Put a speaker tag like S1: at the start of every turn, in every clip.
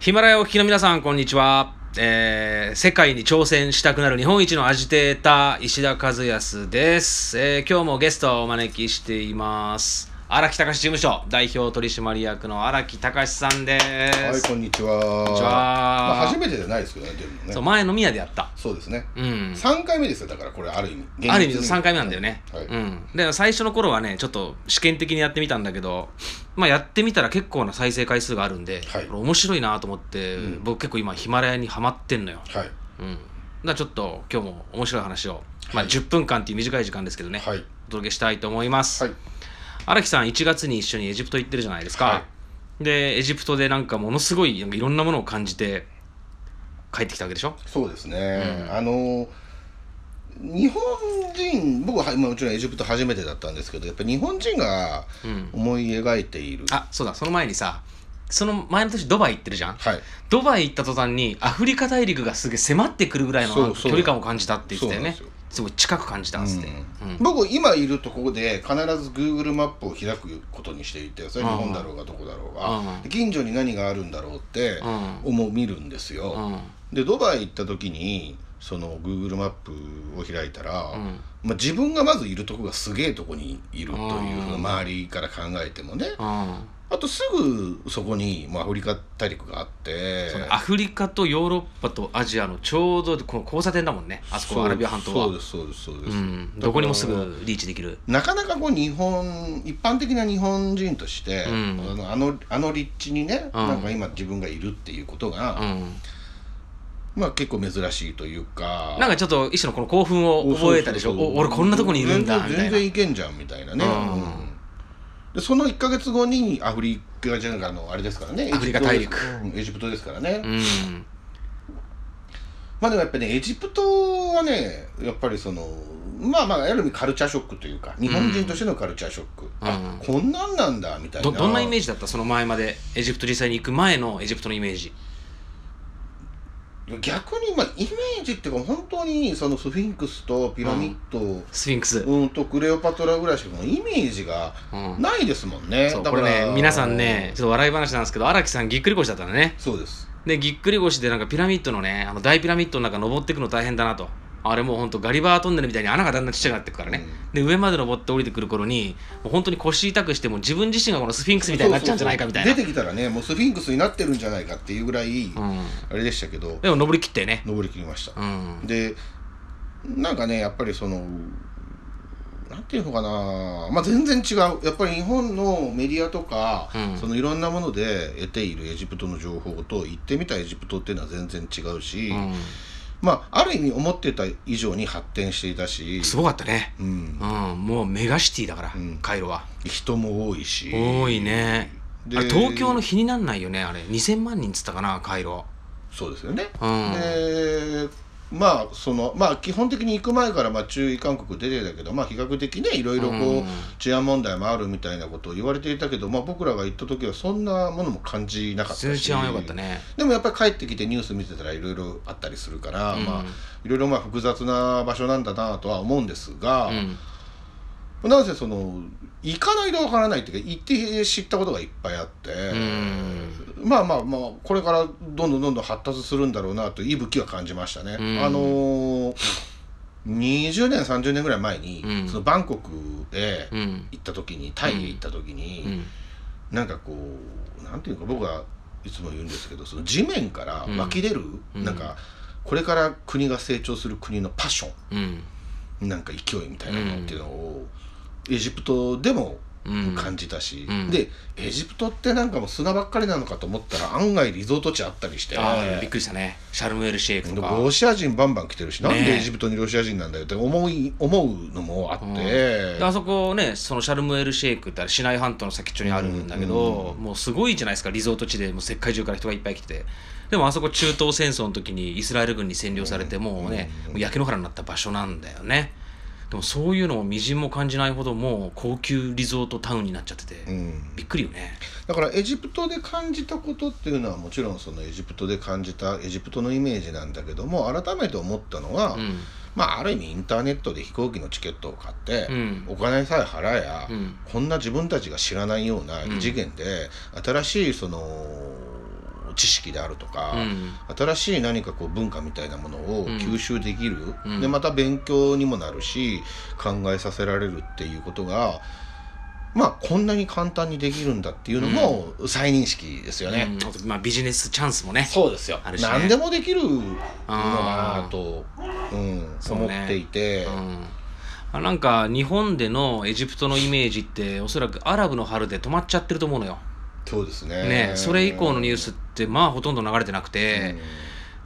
S1: ヒマラヤをお聞きの皆さん、こんにちは。えー世界に挑戦したくなる日本一のアジテーター、石田和康です。えー今日もゲストをお招きしています。荒木隆事務所代表取締役の荒木隆さんです。
S2: はい、こんにちは。こん
S1: にちは
S2: まあ、初めてじゃないですけどね、出るのね。
S1: そ
S2: そうう
S1: 前の宮でやった。
S2: ですね。
S1: うん。
S2: 三回目ですよ、だから、これある意味。現実に
S1: ある意味3回目なんだよね、
S2: はい。
S1: うん、で最初の頃はねちょっと試験的にやってみたんだけど、まあ、やってみたら結構な再生回数があるんで、
S2: はい
S1: これ面白いなと思って、
S2: うん
S1: 僕結構今ヒマラヤにハマってんのよ、
S2: はい。
S1: うん、だからちょっと今日も面白い話を、まあ、10分間っていう短い時間ですけどね、
S2: はい。はい。
S1: お届けしたいと思います
S2: はい
S1: 荒、木さん1月に一緒にエジプト行ってるじゃないですか、
S2: は
S1: でエジプトでなんかものすごいなんかいろんなものを感じて帰ってきたわけでしょ
S2: そうですね。
S1: うん
S2: あの。日本人、僕は、まあ、もちろんエジプト初めてだったんですけど、やっぱ日本人が
S1: うん
S2: 思い描いている。
S1: あそうだその前にさその前の年ドバイ行ってるじゃん
S2: はい。
S1: ドバイ行った途端にアフリカ大陸がすげえ迫ってくるぐらいの
S2: そう
S1: なんか
S2: そ
S1: 距
S2: う
S1: 離感を感じたって言ってたよね
S2: そうなんです
S1: ごい近く感じたっつって、うん
S2: 僕今いるところで必ず Google マップを開くことにしていてそれ日本だろうがどこだろうが
S1: うん
S2: 近所に何があるんだろうって
S1: うん
S2: 思う見るんですよ、
S1: うん
S2: でドバイ行った時にその Google マップを開いたら、
S1: うん
S2: まあ、自分がまずいるとこがすげえとこにいるというふう
S1: うん
S2: な周りから考えてもね
S1: うん
S2: あとすぐそこに、まあ、アフリカ大陸があって
S1: そうねアフリカとヨーロッパとアジアのちょうどこの交差点だもんねあそこアラビア半島は
S2: そうですそうですそうです、
S1: うん、
S2: だから
S1: どこにもすぐリーチできる
S2: なかなかこう日本一般的な日本人として、
S1: うん
S2: あのあのあの立地にね、
S1: うん
S2: なんか今自分がいるっていうことが、
S1: うん
S2: まあ結構珍しいというか
S1: なんかちょっと一種のこの興奮を覚えたでしょ
S2: そうそうそう
S1: お俺こんなとこにいるんだみた
S2: 全然
S1: い
S2: 全
S1: な
S2: 然いけんじゃんみたいなね、
S1: うん
S2: うんでその1か月後にアフリカじゃなくてあのあれですからね
S1: アフリカ大陸
S2: エジプトですうんエジプトですからね、
S1: うん
S2: まあでもやっぱねエジプトはねやっぱりそのまあまあある意味カルチャーショックというか日本人としてのカルチャーショック、あこんなんなんだみたいな
S1: どどんなイメー
S2: ジ
S1: ジだったその前までエジプト実際に行く前のエジプトのイメージ
S2: 逆にまあイメージっていうか本当にそのスフィンクスとピラミッド、
S1: スフィンクス、
S2: うんとクレオパトラぐらいしかもうイメージが
S1: うん
S2: ないですもんね。
S1: そう
S2: だ
S1: こ
S2: か
S1: れ
S2: ら
S1: ね皆さんねちょっと笑い話なんですけど荒木さんぎっくり腰だったのね
S2: そうです。
S1: でぎっくり腰でなんかピラミッドのねあの大ピラミッドの中登ってくの大変だなとあれもうほんとガリバートンネルみたいに穴がだんだんちっちゃくなってくからね、で上まで登って降りてくる頃にもう本当に腰痛くしてもう自分自身がこのスフィンクスみたいになっちゃうんじゃないかみたいな
S2: そうそうそう出てきたらねもうスフィンクスになってるんじゃないかっていうぐらい、あれでしたけど
S1: うん、でも登りきってね
S2: 登りきりました
S1: う、ん
S2: でなんかねやっぱりそのなんていうのかな、まあ、全然違うやっぱり日本のメディアとか、
S1: うん
S2: そのいろんなもので得ているエジプトの情報と行ってみたエジプトっていうのは全然違うし、
S1: うん、
S2: まあある意味思ってた以上に発展していたし、
S1: すごかったね、
S2: うん
S1: う、ん、もうメガシティだから、
S2: うん
S1: カイロは
S2: 人も多いし
S1: 多いね
S2: で
S1: あれ東京の比になんないよねあれ2000万人っつったかなカイロ
S2: そうですよね。
S1: うん
S2: でまあそのまあ基本的に行く前からまあ注意勧告出てたけどまあ比較的ねいろいろこう、
S1: うん
S2: 治安問題もあるみたいなことを言われていたけどまあ僕らが行った時はそんなものも感じなか
S1: 普
S2: っ
S1: 通
S2: た
S1: に
S2: し
S1: 治安は良かったね
S2: でもやっぱり帰ってきてニュース見てたらいろいろあったりするから、
S1: うん
S2: まあいろいろまあ複雑な場所なんだなとは思うんですが、
S1: うん
S2: なんせその行かないとわからないっていうか行って知ったことがいっぱいあって、まあまあまあこれからどんどんどんどん発達するんだろうなという息吹は感じましたね。
S1: うん
S2: あのー20年30年ぐらい前に、
S1: うん
S2: そのバンコクへ
S1: うん
S2: 行った時にタイへ行った時に、
S1: うん
S2: なんかこうなんていうか僕はいつも言うんですけどその地面から湧き出る、
S1: うん
S2: なんかこれから国が成長する国のパッション
S1: うん
S2: なんか勢いみたいなのっていうのを、エジプトでも
S1: うん
S2: 感じたし、
S1: うん
S2: でエジプトってなんかもう砂ばっかりなのかと思ったら案外リゾート地あったりして
S1: あーびっくりしたねシャルムエルシェイクとか
S2: ロシア人バンバン来てるし、なん
S1: ね
S2: でエジプトにロシア人なんだよって思い思うのもあって、
S1: であそこねそのシャルムエルシェイクってあれシナイ半島の先っちょにあるんだけど、もうすごいじゃないですかリゾート地でもう世界中から人がいっぱい来ててでもあそこ中東戦争の時にイスラエル軍に占領されてもうね、もう焼け野原になった場所なんだよねでもそういうのをみじんも感じないほどもう高級リゾートタウンになっちゃってて、
S2: うん
S1: びっくりよね
S2: だからエジプトで感じたことっていうのはもちろんそのエジプトで感じたエジプトのイメージなんだけども改めて思ったのは、
S1: うん
S2: まあある意味インターネットで飛行機のチケットを買って、
S1: うん
S2: お金さえ払えや、
S1: うん
S2: こんな自分たちが知らないような異次元で、新しいそのの知識であるとか、
S1: うん
S2: 新しい何かこう文化みたいなものを
S1: うん
S2: 吸収できる、
S1: うん
S2: でまた勉強にもなるし考えさせられるっていうことがまあこんなに簡単にできるんだっていうのも再認識ですよね。
S1: うんあとまあ、ビジネスチャンスもね
S2: そうですよ、
S1: あるしね
S2: 何でもできるのかなと、うん、
S1: そうね
S2: 思っていて、
S1: うんあなんか日本でのエジプトのイメージっておそらくアラブの春で止まっちゃってると思うのよ、
S2: そうですね
S1: ね、それ以降のニュースってまあほとんど流れてなくて、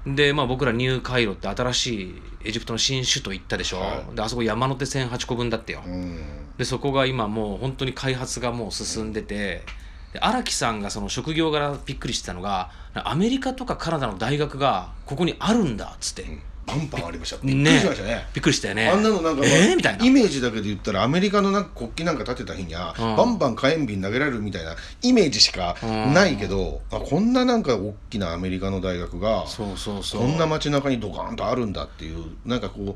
S1: で、まあ、僕らニューカイロって新しいエジプトの新首都行ったでしょ、
S2: はい
S1: であそこ山手線8個分だってよ、
S2: うんうん
S1: でそこが今もう本当に開発がもう進んでてで荒木さんがその職業柄びっくりしてたのがアメリカとかカナダの大学がここにあるんだっつって、
S2: パンパンありましたびっくりしましたね
S1: びっくりしたよね
S2: あんなのなんか、まあ
S1: えーみたいな
S2: イメージだけで言ったらアメリカのなんか国旗なんか立てた日には、
S1: うん
S2: バンバン火炎瓶投げられるみたいなイメージしかないけど、あこんななんか大きなアメリカの大学が
S1: そうそうそう
S2: こんな街中にドカーンとあるんだっていうなんかこう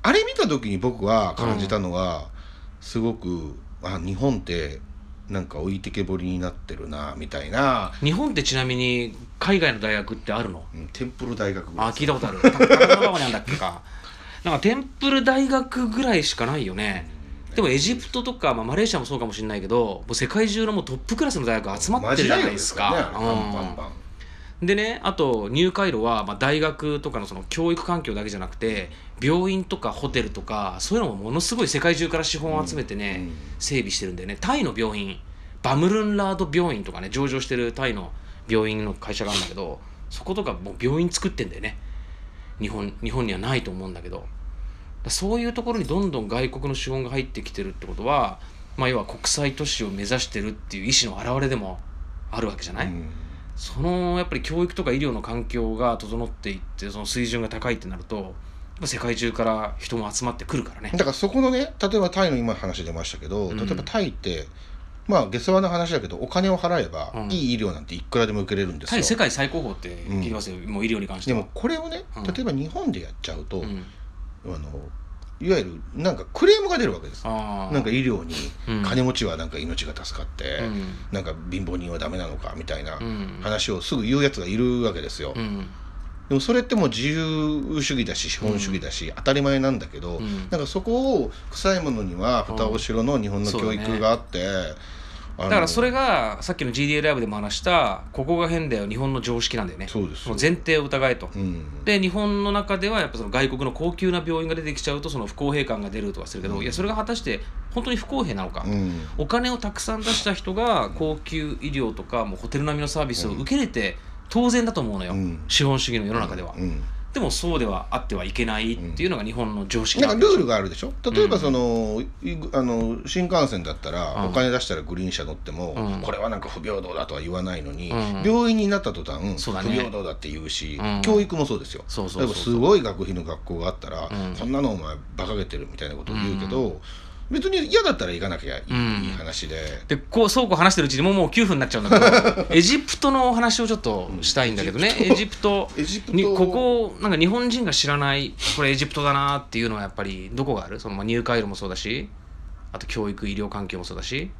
S2: あれ見た時に僕は感じたのは、すごくあ日本ってなんか置いてけぼりになってるなみたいな、
S1: 日本ってちなみに海外の大学ってあるの
S2: うん、テンプル大学ぐら
S1: あ
S2: い
S1: 聞いたことある高田馬場にあんだっけかなんかテンプル大学ぐらいしかないよねでもエジプトとか、まあ、マレーシアもそうかもしれないけどもう世界中のもうトップクラスの大学が集まってるじゃないですか
S2: マジ大学ですからねあれパンパンパン。
S1: でねあとニューカイロは、まあ、大学とかのその教育環境だけじゃなくて病院とかホテルとかそういうのもものすごい世界中から資本を集めてね、
S2: うん
S1: 整備してるんだよねタイの病院バムルンラード病院とかね上場してるタイの病院の会社があるんだけどそことかもう病院作ってんだよね日本日本にはないと思うんだけどだからそういうところにどんどん外国の資本が入ってきてるってことは、まあ、要は国際都市を目指してるっていう意思の表れでもあるわけじゃない、
S2: うん
S1: そのやっぱり教育とか医療の環境が整っていってその水準が高いってなるとやっぱ世界中から人も集まってくるからね
S2: だからそこのね例えばタイの今話出ましたけど
S1: うん
S2: 例えばタイって、まあ下世話の話だけどお金を払えば、
S1: うん
S2: いい医療なんていくらでも受けれるんです
S1: タ
S2: よ
S1: イ世界最高峰って聞きますよ、もう医療に関して
S2: で
S1: は
S2: もこれをね
S1: うん
S2: 例えば日本でやっちゃうと、
S1: うん
S2: あのいわゆるなんかクレームが出るわけです
S1: あー
S2: なんか医療に
S1: うん
S2: 金持ちはなんか命が助かって、
S1: うん
S2: なんか貧乏人はダメなのかみたいな
S1: うん
S2: 話をすぐ言うやつがいるわけですよ、
S1: うん
S2: でもそれってもう自由主義だし資本主義だし、当たり前なんだけど、
S1: うん
S2: なんかそこを臭いものには蓋をしろの日本の教育があって、あの
S1: だからそれがさっきの GDA ライブでも話したここが変だよ日本の常識なんだよね
S2: そうです
S1: もう前提を疑えと、
S2: うん
S1: で日本の中ではやっぱその外国の高級な病院が出てきちゃうとその不公平感が出るとかするけど、
S2: うん
S1: いやそれが果たして本当に不公平なのか、
S2: うん
S1: お金をたくさん出した人が高級医療とかもうホテル並みのサービスを受け入れて当然だと思うのよ、
S2: うん
S1: 資本主義の世の中では、
S2: うん
S1: でもそうではあってはいけないっていうのが日本の常識
S2: なんか
S1: わけ
S2: ルールがあるでしょ例え
S1: う
S2: ば
S1: ん
S2: その、いあの新幹線だった
S1: う
S2: ら
S1: ん
S2: お金出したらグリーン車乗っても、
S1: うん
S2: これはなんか不平等だとは言わないのに、
S1: うん
S2: 病院になった途端、
S1: そうだ
S2: 不
S1: ね
S2: 平等だって言うし、
S1: うん
S2: 教育もそうですよ
S1: そうそ
S2: 例
S1: うそ
S2: えば
S1: う
S2: すごい学費の学校があったら、
S1: うん
S2: こんなのお前馬鹿げてるみたいなことを言うけど、別に嫌だったら行かなきゃいい,、
S1: うん
S2: 話で。
S1: でこうそうこう話してるうちにもうもう9分になっちゃうんだ けどエジプトのお話をちょっとしたいんだけどね、
S2: うん
S1: エジプト
S2: エジプト
S1: にここをなんか日本人が知らないこれエジプトだなっていうのはやっぱりどこがあるそのまあ入会路もそうだしあと教育医療環境もそうだし、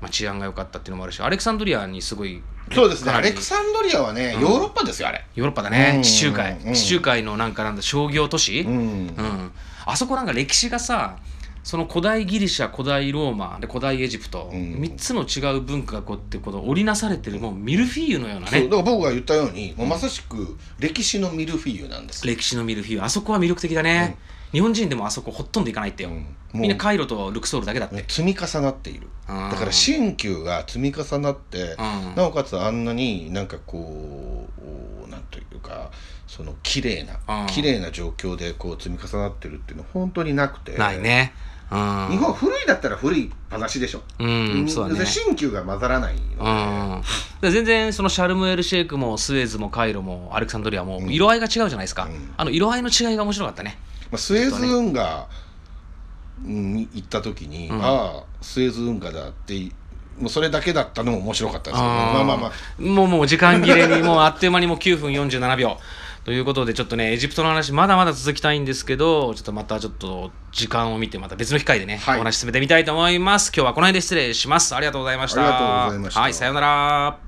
S1: まあ、治安が良かったっていうのもあるしアレクサンドリアにすごい
S2: そうですね、
S1: かな
S2: ア
S1: り
S2: レクサンドリアはね、ヨーロッパですよ、あれ。
S1: ヨーロッパだね、
S2: うん
S1: 地中海、
S2: うん
S1: 地中海のなんかなんだ商業都市、
S2: うん
S1: うん、あそこなんか歴史がさその古代ギリシャ古代ローマで古代エジプト、
S2: うん
S1: 3つの違う文化がこうってことを織りなされてるもうミルフィーユのような
S2: そうだ
S1: ね
S2: から僕が言ったように、もうまさしく歴史のミルフィーユなんです。
S1: 歴史のミルフィーユあそこは魅力的だね、日本人でもあそこほとんど行かないってよ、
S2: うん
S1: みんなカイロとルクソールだけだって、
S2: ね積み重なっている
S1: う
S2: だ
S1: ん
S2: から新旧が積み重なって
S1: うん
S2: なおかつあんなになんかこうおなんというかその綺麗
S1: う
S2: なん綺麗な状況でこう積み重なってるっていうのは本当になくて
S1: ないねうん
S2: 日本は古いだったら古い話でしょ、
S1: うんそうだね
S2: 新旧が混ざらないので
S1: うん、で全然そのシャルムエル・シェイクもスエズもカイロもアレクサンドリアも色合いが違うじゃないですか、
S2: うん
S1: あの色合いの違いが面白かったね
S2: まあ、スエズ運河に行った時に、
S1: ん
S2: ああスエズ運河だってもうそれだけだったのも面白かったですけど、
S1: あー
S2: まあまあまあ
S1: もうもう時間切れにもうあっという間にもう9分47秒ということでちょっとねエジプトの話まだまだ続きたいんですけどちょっとまたちょっと時間を見てまた別の機会でね、
S2: はい
S1: お話し進めてみたいと思います今日はこの辺で失礼しますありがとうございました
S2: ありがとうございました
S1: はいさようなら